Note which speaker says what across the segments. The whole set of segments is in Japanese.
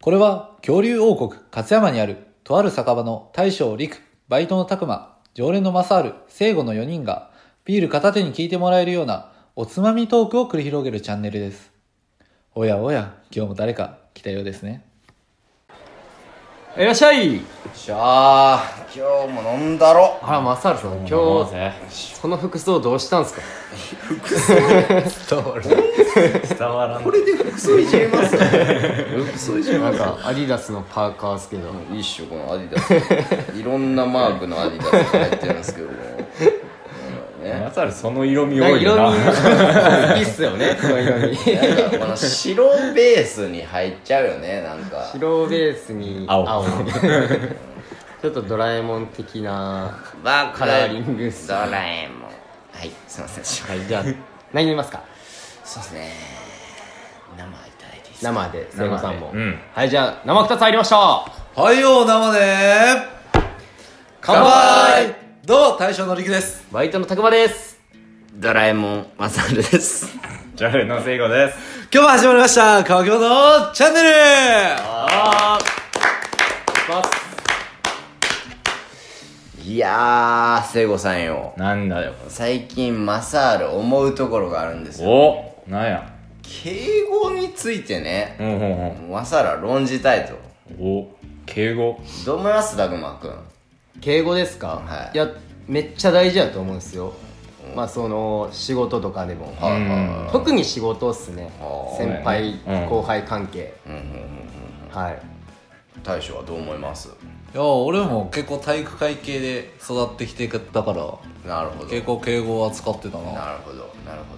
Speaker 1: これは恐竜王国勝山にあるとある酒場の大将陸、バイトの拓馬、常連の正ル聖護の4人がビール片手に聞いてもらえるようなおつまみトークを繰り広げるチャンネルです。おやおや、今日も誰か来たようですね。
Speaker 2: いらっしゃい
Speaker 3: しゃあ今日も飲んだろ
Speaker 4: あら、マサールさん、今日、その服装どうしたんですか
Speaker 2: 伝わらん
Speaker 3: これで服装いじれます服装いじれ
Speaker 4: な
Speaker 3: ま
Speaker 4: ん
Speaker 3: す
Speaker 4: か、アディダスのパーカーっすけど、
Speaker 3: いいっしょこのアディダス いろんなマークのアディダスが入ってるんですけ どもね
Speaker 2: まさるその色味
Speaker 4: な
Speaker 2: 多
Speaker 4: んか
Speaker 2: いよ
Speaker 4: 色味、
Speaker 2: な
Speaker 4: 好 きっすよね、この色味。
Speaker 3: なんかこの白ベースに入っちゃうよねなんか
Speaker 4: 白ベースに
Speaker 2: 青
Speaker 4: 青。ちょっとドラえもん的な、
Speaker 3: バ
Speaker 4: カラーリングっす
Speaker 3: ドラえもんはいすいませんすい
Speaker 4: はい、じゃあ、何飲みますか
Speaker 3: ませんね生いただいていいですか
Speaker 4: 生で、聖子さんも。
Speaker 2: うん
Speaker 4: はい、じゃあ、生2つ入りました
Speaker 1: はいよ、生で
Speaker 4: 乾杯
Speaker 1: どう大将の陸です。
Speaker 4: バイトのたくまです
Speaker 3: ドラえもんマサルです
Speaker 2: ジャルの聖子です
Speaker 1: 今日も始まりました、川京のチャンネル
Speaker 4: あーます
Speaker 3: いやー聖子さんよ
Speaker 2: なんだよ
Speaker 3: 最近マサール思うところがあるんですよ
Speaker 2: おなんや
Speaker 3: 敬語についてね
Speaker 2: うんうん
Speaker 3: マサールは論じたいと
Speaker 2: うんお敬語
Speaker 3: どう思いますダグマ君
Speaker 4: 敬語ですか、
Speaker 3: はい
Speaker 4: いやめっちゃ大事だと思うんですよ、まあその仕事とかでも、
Speaker 3: はいはい
Speaker 2: うん
Speaker 4: 特に仕事っすね
Speaker 3: あー
Speaker 4: 先輩、
Speaker 2: うん
Speaker 4: 後輩関係、
Speaker 3: うんうんうんうん
Speaker 4: はい
Speaker 3: 大将はどう思います
Speaker 1: いや、俺も結構体育会系で育ってきてたから、
Speaker 3: なるほど
Speaker 1: 結構敬語は使ってたな。
Speaker 3: なるほどなるほ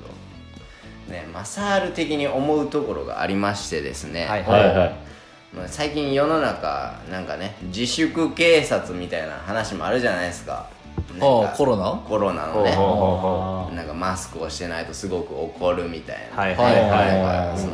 Speaker 3: どねマサール的に思うところがありましてですね、
Speaker 4: はい
Speaker 2: はいはい
Speaker 3: まあ最近世の中なんかね自粛警察みたいな話もあるじゃないですかなんか
Speaker 1: ああ、コロナ
Speaker 3: コロナのね
Speaker 4: ほうほう
Speaker 2: あ
Speaker 3: なんかマスクをしてないとすごく怒るみたいな、
Speaker 4: はい
Speaker 1: はい
Speaker 4: はい
Speaker 2: はい
Speaker 3: はいその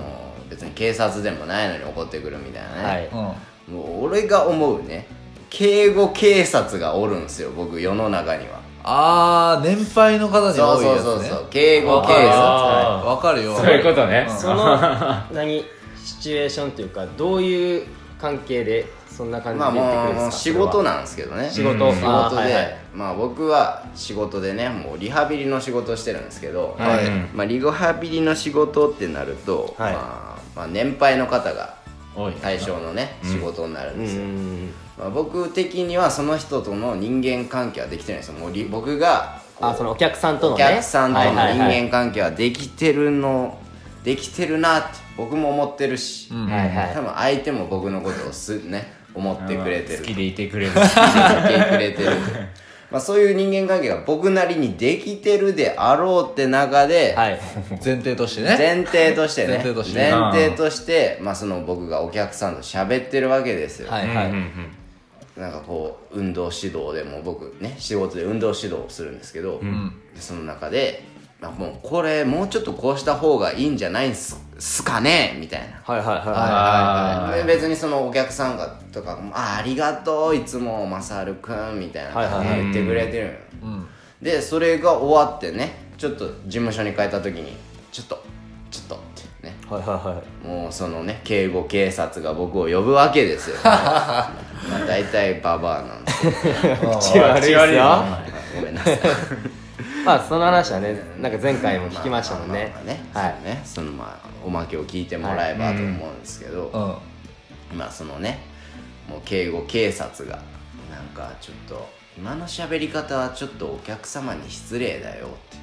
Speaker 3: 別に警察でもないのに怒ってくるみたいなね、
Speaker 4: は
Speaker 1: う
Speaker 4: い
Speaker 1: ん。
Speaker 3: もう俺が思うね警護警察がおるんすよ僕世の中には
Speaker 1: あー、年配の方に
Speaker 3: そ
Speaker 1: 多
Speaker 3: う
Speaker 1: い
Speaker 3: そう
Speaker 1: や
Speaker 3: そう
Speaker 1: つね
Speaker 3: そ。う警護警察
Speaker 2: あ
Speaker 1: わかるよ。
Speaker 2: ーそういうことね
Speaker 4: その 何シチュエーションというかどういう関係でそんな感じ
Speaker 3: まあ
Speaker 4: で言ってく
Speaker 3: も
Speaker 4: る
Speaker 3: うんも
Speaker 4: で
Speaker 3: う
Speaker 4: すか
Speaker 3: 仕事なんですけどね
Speaker 4: 仕事
Speaker 2: うん
Speaker 4: 仕
Speaker 3: 仕事で、
Speaker 4: はいはい
Speaker 3: まあ僕は仕事でねもうリハビリの仕事してるんですけど、
Speaker 2: はい
Speaker 3: まあ、リハビリの仕事ってなると、
Speaker 4: はい
Speaker 3: まあ、まあ年配の方が
Speaker 2: おい
Speaker 3: 対象のね、仕事になるん
Speaker 4: う
Speaker 3: ですよ、
Speaker 4: ん
Speaker 3: まあ、僕的にはその人との人間関係はできてないんですよもうり僕がこう
Speaker 4: あそのお客さんとの
Speaker 3: お
Speaker 4: ね
Speaker 3: 客さんとの人
Speaker 4: はいはいはい
Speaker 3: 間関係はできてるのできてるなって僕も思ってるし、
Speaker 1: うん
Speaker 4: はいはい
Speaker 3: 多分相手も僕のことをすね思ってくれてる
Speaker 2: 好きでいてくれる
Speaker 3: 聞いてくれてる まあそういう人間関係が僕なりにできてるであろうって中で、
Speaker 4: はい
Speaker 1: 前提としてね。
Speaker 3: 前提としてね
Speaker 1: 前提としてね
Speaker 3: 前提としてまあその僕がお客さんと喋ってるわけですよ、
Speaker 4: は
Speaker 2: う
Speaker 4: い
Speaker 2: んう
Speaker 4: はい、
Speaker 2: んうん
Speaker 3: なんかこう運動指導でも僕ね仕事で運動指導をするんですけど、でその中で、まあ、もうこれもうちょっとこうした方がいいんじゃないんすすかねみたいな
Speaker 4: はいはいはい
Speaker 1: はい
Speaker 2: あ
Speaker 3: で別にそのお客さんがとか「あありがとういつもマサルくん」みたいな感じで言ってくれてるのよ
Speaker 1: うん。
Speaker 3: でそれが終わってねちょっと事務所に帰った時に「ちょっとちょっと」ってね
Speaker 4: はいはいはい
Speaker 3: もうそのね警護警察が僕を呼ぶわけ ですよ、まあ大体ババアなんですけど
Speaker 4: 口悪いっすよ
Speaker 2: 口悪いな
Speaker 3: ごめんなさい
Speaker 4: まあその話はねなんか前回も聞きましたもんね
Speaker 3: まあまあね,、
Speaker 4: はい
Speaker 3: そうねそのまあおまけを聞いてもらえばと思うんですけど、
Speaker 1: うん。
Speaker 3: まあそのねもう警護警察がなんかちょっと今の喋り方はちょっとお客様に失礼だよって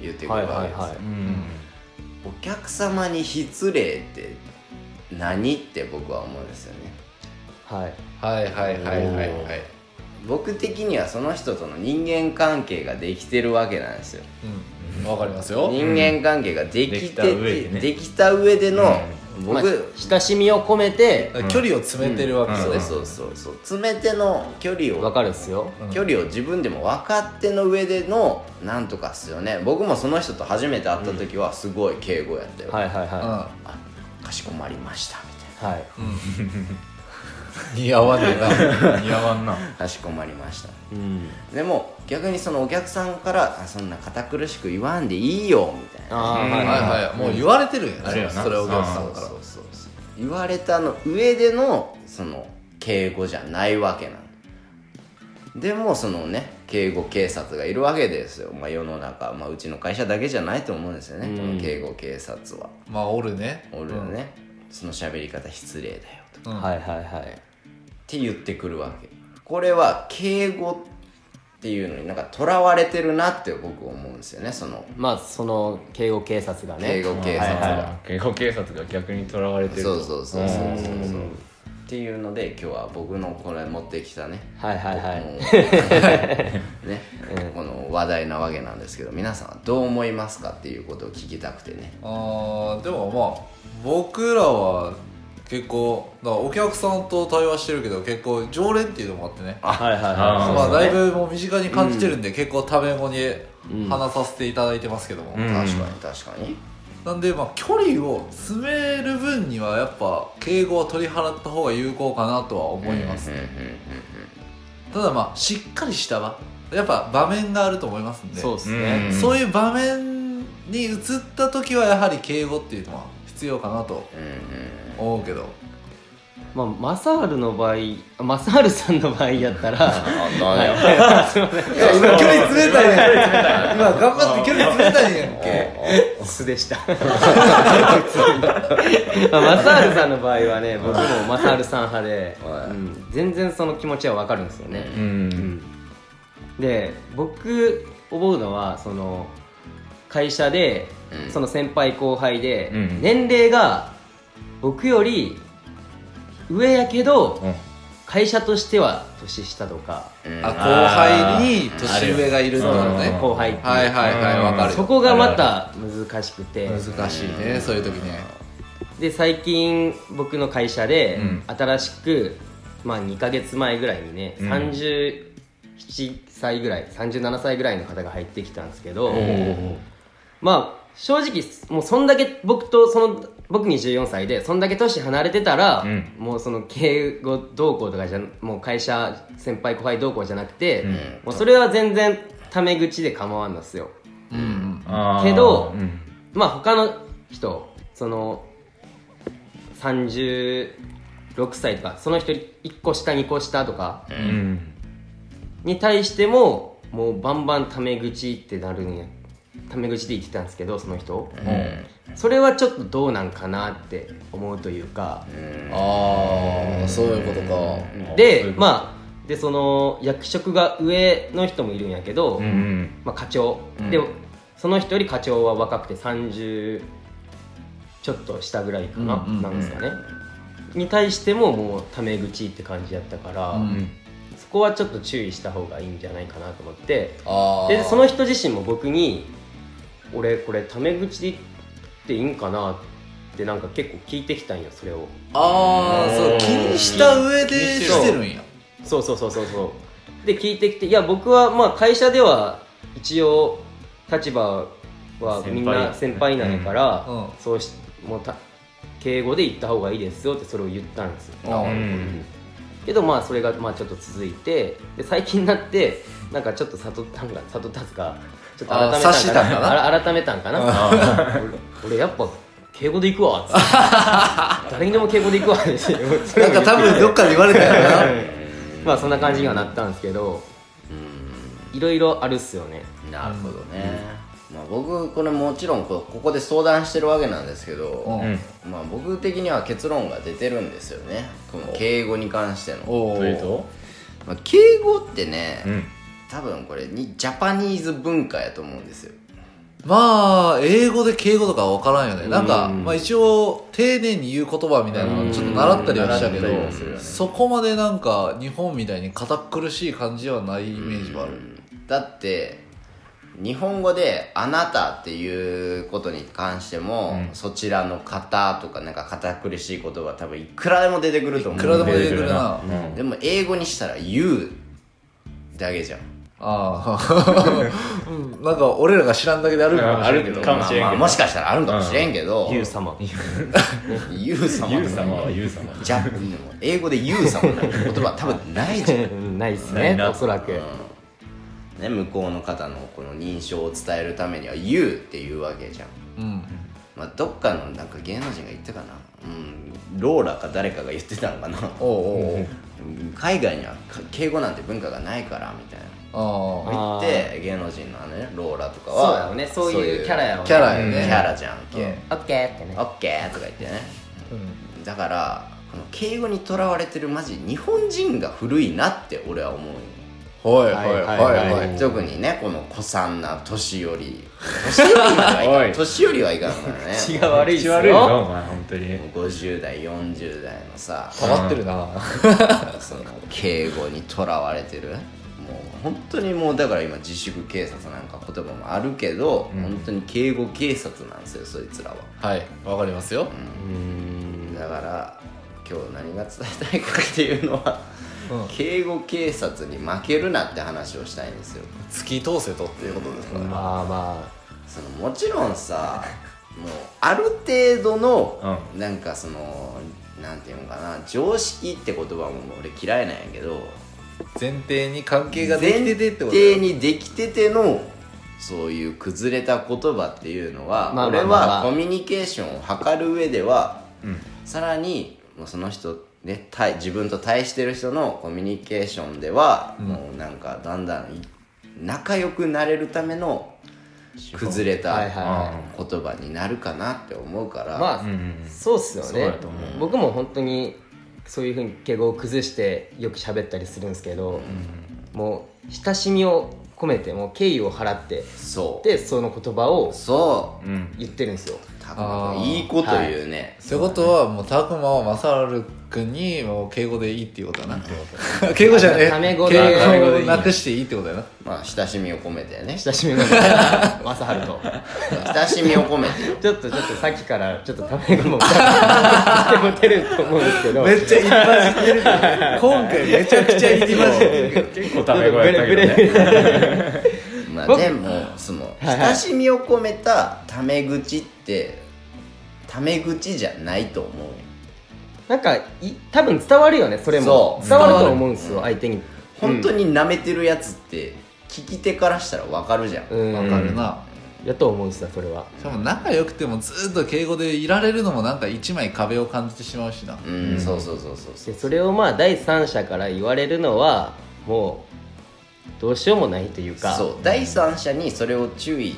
Speaker 3: 言ってくる
Speaker 4: はい
Speaker 3: わ
Speaker 4: は
Speaker 3: け
Speaker 4: い
Speaker 3: ですよ、
Speaker 4: はい
Speaker 2: うん
Speaker 3: お客様に失礼って何って僕は思うんですよね
Speaker 4: はい
Speaker 1: はいはいはいはいはい。
Speaker 3: 僕的にはその人との人間関係ができてるわけなんですよ
Speaker 1: うん。わかりますよ。
Speaker 3: 人間関係ができて
Speaker 2: できた
Speaker 3: て、
Speaker 2: 上でね
Speaker 3: できた上での、
Speaker 4: まあ
Speaker 3: 僕、
Speaker 4: 親しみを込めて
Speaker 1: 距離を詰めてるわけ
Speaker 3: そう
Speaker 1: ね。
Speaker 3: そうそうそう詰めての距離を
Speaker 4: わかるっすよ
Speaker 1: うん
Speaker 3: 距離を自分でも分かっての上でのなんとかっすよね僕もその人と初めて会った時はすごい敬語やったよ、
Speaker 4: はいはい
Speaker 1: うん。
Speaker 4: は
Speaker 3: あかしこまりましたみた
Speaker 4: いは
Speaker 3: い
Speaker 4: い
Speaker 1: 似合わねえ
Speaker 2: 似合わんな
Speaker 3: なかしこまりました
Speaker 4: うん
Speaker 3: でも逆にそのお客さんからあそんな堅苦しく言わんでいいよみたいな
Speaker 4: ああはい
Speaker 1: な。
Speaker 4: はい
Speaker 1: はいはい。もう言われてるんや
Speaker 2: あれや
Speaker 1: ね。
Speaker 2: な
Speaker 1: それをお客さ
Speaker 3: そ
Speaker 1: ん
Speaker 3: う
Speaker 1: か
Speaker 3: そう
Speaker 1: ら。
Speaker 3: そうそう言われたの上でのその敬語じゃないわけなのでもそのね敬語警察がいるわけですよ、まあ、世の中、まあ、うちの会社だけじゃないと思うんですよね、この敬語警察は
Speaker 1: まあおるね
Speaker 3: 俺はね、その喋り方失礼だよとか
Speaker 1: う
Speaker 3: っ
Speaker 1: ん
Speaker 2: はいはいはい
Speaker 3: て言ってくるわけこれは敬語っていうのになんかとらわれてるなって僕思うんですよねその
Speaker 4: まあその警護警察がね
Speaker 3: 敬語警察が、
Speaker 2: はいはい警護警察が逆にとらわれてる
Speaker 3: そ
Speaker 2: と
Speaker 3: うそうそうそうそうそう
Speaker 2: う
Speaker 3: っていうので今日は僕のこれ持ってきたね
Speaker 4: はいはいはい
Speaker 3: もうね、この話題なわけなんですけど皆さんはどう思いますかっていうことを聞きたくてね
Speaker 1: あーでもまあ僕らは結構だからお客さんと対話してるけど結構常連っていうのもあってね
Speaker 2: はいはい
Speaker 1: そう
Speaker 2: は
Speaker 1: まあ、だいぶもう身近に感じてるんで、結構タメ語に話させていただいてますけども、
Speaker 2: うん
Speaker 3: 確かに確かに、
Speaker 1: なんでまあ距離を詰める分にはやっぱ敬語を取り払った方が有効かなとは思います、
Speaker 3: うんうん
Speaker 1: ただまあしっかりした場やっぱ場面があると思いますんで
Speaker 4: そうですね、
Speaker 2: うん
Speaker 1: そういう場面に移った時はやはり敬語っていうのは必要かなと
Speaker 3: うんうん
Speaker 1: 思うけど
Speaker 4: まあマサールの場合あマサールさんの場合やったら
Speaker 3: あ何よ
Speaker 1: いや今距離詰めたいねん今頑張って距離詰めたいねんけ
Speaker 4: 素でした まあマサールさんの場合はね僕もマサールさん派で、
Speaker 3: はい
Speaker 4: うん全然その気持ちはわかるんですよね、
Speaker 2: いうん
Speaker 4: で僕思うのはその会社で、
Speaker 3: うん
Speaker 4: その先輩後輩で、
Speaker 2: うん
Speaker 4: 年齢が僕より上やけど、
Speaker 2: うん
Speaker 4: 会社としては年下とか、
Speaker 3: うん
Speaker 1: あ後輩に年上がいるって
Speaker 2: そ
Speaker 1: こ
Speaker 2: う
Speaker 1: と
Speaker 2: だ
Speaker 1: ね
Speaker 4: 後輩っていう
Speaker 1: はいはいはいわかるよ
Speaker 4: そこがまた難しくて
Speaker 1: 難しいねそういう時ね
Speaker 4: で最近僕の会社で、
Speaker 2: うん
Speaker 4: 新しく、まあ、2ヶ月前ぐらいにね、
Speaker 2: うん
Speaker 4: 37歳ぐらい37歳ぐらいの方が入ってきたんですけど、まあ正直もうそんだけ僕とその僕24歳でそんだけ年離れてたら、
Speaker 2: うん
Speaker 4: もうその敬語同行とかじゃもう会社先輩後輩同行じゃなくて、
Speaker 2: うん
Speaker 4: もうそれは全然タメ口で構わんのっすよ
Speaker 1: うん
Speaker 2: あー
Speaker 4: けど
Speaker 2: うん
Speaker 4: まあ他の人その36歳とかその人1個下2個下とか
Speaker 2: うん
Speaker 4: に対してももうバンバンタメ口ってなるんやタメ口で言ってたんですけどその人
Speaker 3: うん
Speaker 4: それはちょっとどうなんかなって思うというか
Speaker 3: うん
Speaker 1: ああそういうことか
Speaker 2: そうい
Speaker 4: で
Speaker 2: うこと
Speaker 4: まあでその役職が上の人もいるんやけど、
Speaker 2: うんうん
Speaker 4: まあ、課長、
Speaker 1: うん
Speaker 4: でその人より課長は若くて30ちょっと下ぐらいかな、
Speaker 1: うんうんうん
Speaker 4: なんですかねに対してももうタメ口って感じやったから、
Speaker 1: う
Speaker 2: うんん
Speaker 4: そこはちょっと注意した方がいいんじゃないかなと思って
Speaker 1: あ
Speaker 4: でその人自身も僕に「俺これタメ口で言っていいんかな?」ってなんか結構聞いてきたんよそれを
Speaker 1: ああそううん気にした上でしてるんや
Speaker 4: そうそうそうそうそうで聞いてきていや僕はまあ会社では一応立場はみんな先
Speaker 2: 先
Speaker 4: 輩
Speaker 2: 輩
Speaker 4: なんやから、
Speaker 1: うんうん
Speaker 4: そうしもうた敬語で言った方がいいですよってそれを言ったんですよ、
Speaker 1: あー
Speaker 2: うん
Speaker 4: けどまあそれがまあちょっと続いてで最近になってなんかちょっと悟ったんか悟ったんすかちょっと改め
Speaker 1: あー察したたん
Speaker 4: ん
Speaker 1: か
Speaker 4: か
Speaker 1: な
Speaker 4: なあら改めたんかな俺俺やっぱ敬語で行くわっつって誰にでも敬語で行くわってそれを言って
Speaker 1: なんか多分どっかで言われたよな
Speaker 4: まあそんな感じにはなったんですけどいろいろあるっすよね
Speaker 3: なるほどね、まあ、僕これもちろんこここで相談してるわけなんですけど、
Speaker 1: うん
Speaker 2: うん
Speaker 3: まあ、僕的には結論が出てるんですよねこの敬語に関しての、
Speaker 1: お
Speaker 2: というと
Speaker 3: まあ、敬語ってね、
Speaker 2: ん
Speaker 3: 多分これにジャパニーズ文化やと思うんですよ
Speaker 1: まあ英語で敬語とかわからんよねなんか、
Speaker 4: うん
Speaker 1: まあ、一応丁寧に言う言葉みたいなのをちょっと習ったりはしたけど、
Speaker 2: うん習ったりはするよね
Speaker 1: そこまでなんか日本みたいに堅苦しい感じはないイメージはある、
Speaker 3: だって日本語で「あなた」っていうことに関しても、
Speaker 2: うん
Speaker 3: そちらの方とかなんか堅苦しい言葉多分いくらでも出てくると思う
Speaker 1: いくらでも
Speaker 3: で
Speaker 1: 出てくるな、
Speaker 2: うん
Speaker 3: でも英語にしたら「you」だけじゃん
Speaker 1: あ あうんなんか俺らが知らんだけであるかもしれんけど
Speaker 2: あるかもしれ
Speaker 3: まあ
Speaker 2: んけど
Speaker 3: まあもしかしたらあるかもしれんけど、
Speaker 4: ユウ様
Speaker 3: ユウ様
Speaker 2: ユウ様はユウ様
Speaker 3: じゃ英語でユウ様なんて言葉多分ないじゃん、
Speaker 4: うんないっす
Speaker 2: ない
Speaker 4: ね
Speaker 2: な
Speaker 4: おそらく、
Speaker 3: ね、向こうの方のこの認証を伝えるためにはユウっていうわけじゃん、
Speaker 1: うん
Speaker 3: まあ、どっかのなんか芸能人が言ったかなうんローラか誰かが言ってたのかな
Speaker 1: おうおうおう
Speaker 3: 海外には敬語なんて文化がないからみたいな
Speaker 1: あ
Speaker 3: 言って芸能人のあのねローラとか
Speaker 4: そうや
Speaker 3: は
Speaker 4: ろねそういうキャラやろね
Speaker 3: キャラよね
Speaker 1: うん
Speaker 3: キャラじゃん
Speaker 1: あ、う
Speaker 3: け、
Speaker 1: ん
Speaker 4: オッケーってね
Speaker 3: オッケーとか言ってね
Speaker 1: うん
Speaker 3: だからこの敬語にとらわれてるマジ日本人が古いなって俺は思うよ
Speaker 1: はいはいはいはい
Speaker 3: 特にねこの子さんな年寄り年寄りは
Speaker 2: お
Speaker 3: いかん
Speaker 2: い
Speaker 3: 年寄りはいかんから ね
Speaker 4: 血が悪いっす
Speaker 2: 口
Speaker 4: よ
Speaker 2: 悪いよお前本当に
Speaker 3: 50代40代のさ
Speaker 1: 溜まってるな
Speaker 3: その敬語にとらわれてるもう本当にもうだから今自粛警察なんか言葉もあるけど、
Speaker 2: うん
Speaker 3: 本当に敬語警察なんですよそいつらは
Speaker 1: はいわかりますよ
Speaker 3: だから今日何が伝えたいかっていうのは、
Speaker 1: うん
Speaker 3: 敬語警察に負けるなって話をしたいんですよ
Speaker 1: 突き通せとっていうことですからね
Speaker 4: まあま
Speaker 3: そのもちろんさもうある程度の、
Speaker 2: う
Speaker 3: なんかそのなんていうのかな常識って言葉も俺嫌いなんやけど
Speaker 1: 前提に関係ができ
Speaker 3: 前
Speaker 1: ててってこと
Speaker 3: 提にできててのそういう崩れた言葉っていうの
Speaker 4: ま
Speaker 3: は、
Speaker 4: あまあ
Speaker 3: 俺
Speaker 4: まあま
Speaker 3: は
Speaker 4: あ
Speaker 3: コミュニケーションを図る上では
Speaker 2: うん
Speaker 3: さらにもうその人ね対自分と対してる人のコミュニケーションでは、もうなんかだんだんい仲良くなれるための崩れた
Speaker 4: はいはいは
Speaker 3: 言葉になるかなって思うから、
Speaker 4: あまあ、
Speaker 2: うん
Speaker 4: そうっすよ
Speaker 2: そう
Speaker 4: ね
Speaker 2: やと思
Speaker 4: 僕も本当にそういうふうに敬語を崩してよく喋ったりするんですけど、もう親しみを込めてもう敬意を払って
Speaker 3: そう
Speaker 4: でその言葉を
Speaker 3: そう
Speaker 2: うん
Speaker 4: 言ってるんですよ
Speaker 3: た
Speaker 1: あー
Speaker 3: いいこと言うね、
Speaker 1: そういうことはもうたくまはまさるくんにもう敬語でいいっていうことだな敬語じゃねえ
Speaker 4: タメ語で
Speaker 1: 敬語をなくしていいってことだよな
Speaker 3: まあ親しみを込めてね
Speaker 4: 親しみを込めて正春と
Speaker 3: 親しみを込めて よ
Speaker 4: ちょっとちょっとさっきからちょっとため語もしてもてると思うんですけど
Speaker 1: めっちゃいっぱい知ってるけど今回めちゃくちゃいりまじってる
Speaker 2: 結構タメ語やったけどね
Speaker 3: まあ
Speaker 4: 僕
Speaker 3: でもその
Speaker 4: はいはい
Speaker 3: 親しみを込めたタメ口ってタメ口じゃないと思うよ
Speaker 4: なんかい多分伝わるよねそれも
Speaker 3: そう
Speaker 4: 伝わると思うんですよ
Speaker 3: 伝わ
Speaker 4: 相手に
Speaker 3: 本当に舐めてるやつって聞き手からしたらわかるじゃん、
Speaker 4: うん
Speaker 1: わかるな
Speaker 4: やと思うんですよそれは
Speaker 1: しかも仲良くてもずっと敬語でいられるのもなんか一枚壁を感じてしまうしな
Speaker 3: うんそうそうそうそうそ
Speaker 4: で
Speaker 3: う
Speaker 4: それをまあ第三者から言われるのはもうどうしようもないというか
Speaker 3: そう第三者にそれを注意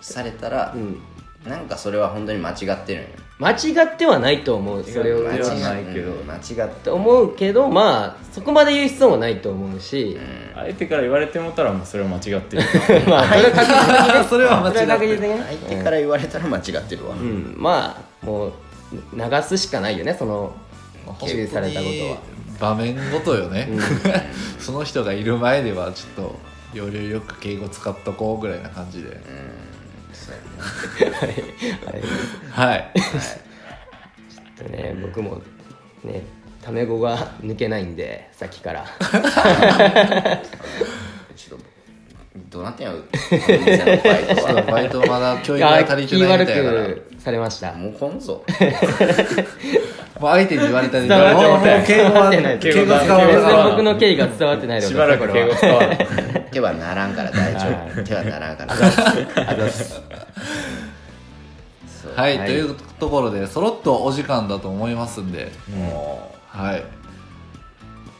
Speaker 3: されたら
Speaker 4: う、ん、
Speaker 3: なんかそれは本当に間違ってるんよ
Speaker 4: 間違ってはないと思うそれを
Speaker 2: 間違
Speaker 4: 言う
Speaker 2: って
Speaker 4: っ
Speaker 2: はないけど
Speaker 3: うん間違って
Speaker 4: て思うけどまあそこまで言う必要もないと思うし、
Speaker 2: 相手から言われてもたらもうそれは間違ってる
Speaker 4: まあそれは確実に
Speaker 1: それは間違ってる
Speaker 4: それは確実にね
Speaker 3: 相手から言われたら間違ってるわ、
Speaker 4: うん、まあもう流すしかないよねその注意されたことは
Speaker 1: 場面ごとよね、 その人がいる前ではちょっと要領よく敬語使っとこうぐらいな感じで
Speaker 3: そう
Speaker 1: はい
Speaker 4: ちょっとね僕もねタメ語が抜けないんでさっき から
Speaker 3: ちょっとどうなってんやろお店のバイト
Speaker 1: ちょっと
Speaker 3: は
Speaker 1: バイトまだ教育が足りてないみたいだから
Speaker 4: 気
Speaker 1: もう
Speaker 4: 悪くされました
Speaker 3: もうこんぞ
Speaker 1: 相手に言われたり
Speaker 4: 伝わって
Speaker 1: もう
Speaker 4: ない
Speaker 1: 敬語は
Speaker 4: 伝わってない
Speaker 1: 敬語使わ
Speaker 4: 全然
Speaker 1: な
Speaker 4: 僕
Speaker 1: い
Speaker 4: の経緯が伝わってないので
Speaker 2: しばらく敬語使 わない
Speaker 3: 手はならんから大丈
Speaker 4: は
Speaker 3: 夫手はならんから大丈
Speaker 1: はい、
Speaker 4: はい
Speaker 1: というところでそろっとお時間だと思いますんで
Speaker 3: 夫も
Speaker 1: はい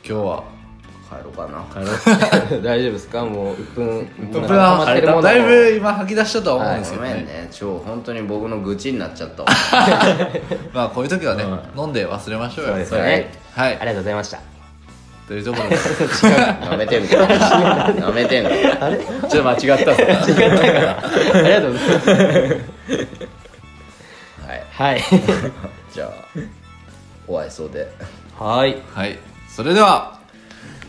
Speaker 1: 今日は
Speaker 3: う帰ろうかな
Speaker 2: 帰ろう
Speaker 4: 大丈夫ですかもう1分
Speaker 1: トップ
Speaker 4: 溜ま
Speaker 1: ラ
Speaker 4: ってるもの
Speaker 1: ン
Speaker 4: を
Speaker 1: だいぶ今吐き出したとは思うんです
Speaker 3: ご
Speaker 1: けど
Speaker 3: め
Speaker 1: ね、
Speaker 3: んね超本当に僕の愚痴になっちゃったわ
Speaker 1: まあこういう時はね、
Speaker 2: う
Speaker 1: 飲んで忘れましょうよ
Speaker 4: そうですよ
Speaker 3: は
Speaker 4: ね
Speaker 3: い
Speaker 1: は
Speaker 4: ありが
Speaker 1: い
Speaker 4: とうございました
Speaker 1: というところでち
Speaker 3: なめてんのなめてんの
Speaker 2: ちょっと間違ったぞ
Speaker 4: ありがとうござ います
Speaker 3: は
Speaker 4: は
Speaker 3: い
Speaker 4: い
Speaker 3: じゃあお会いそうで
Speaker 4: はい
Speaker 1: はいそれでは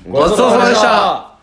Speaker 4: ご
Speaker 1: ごちそうさまでした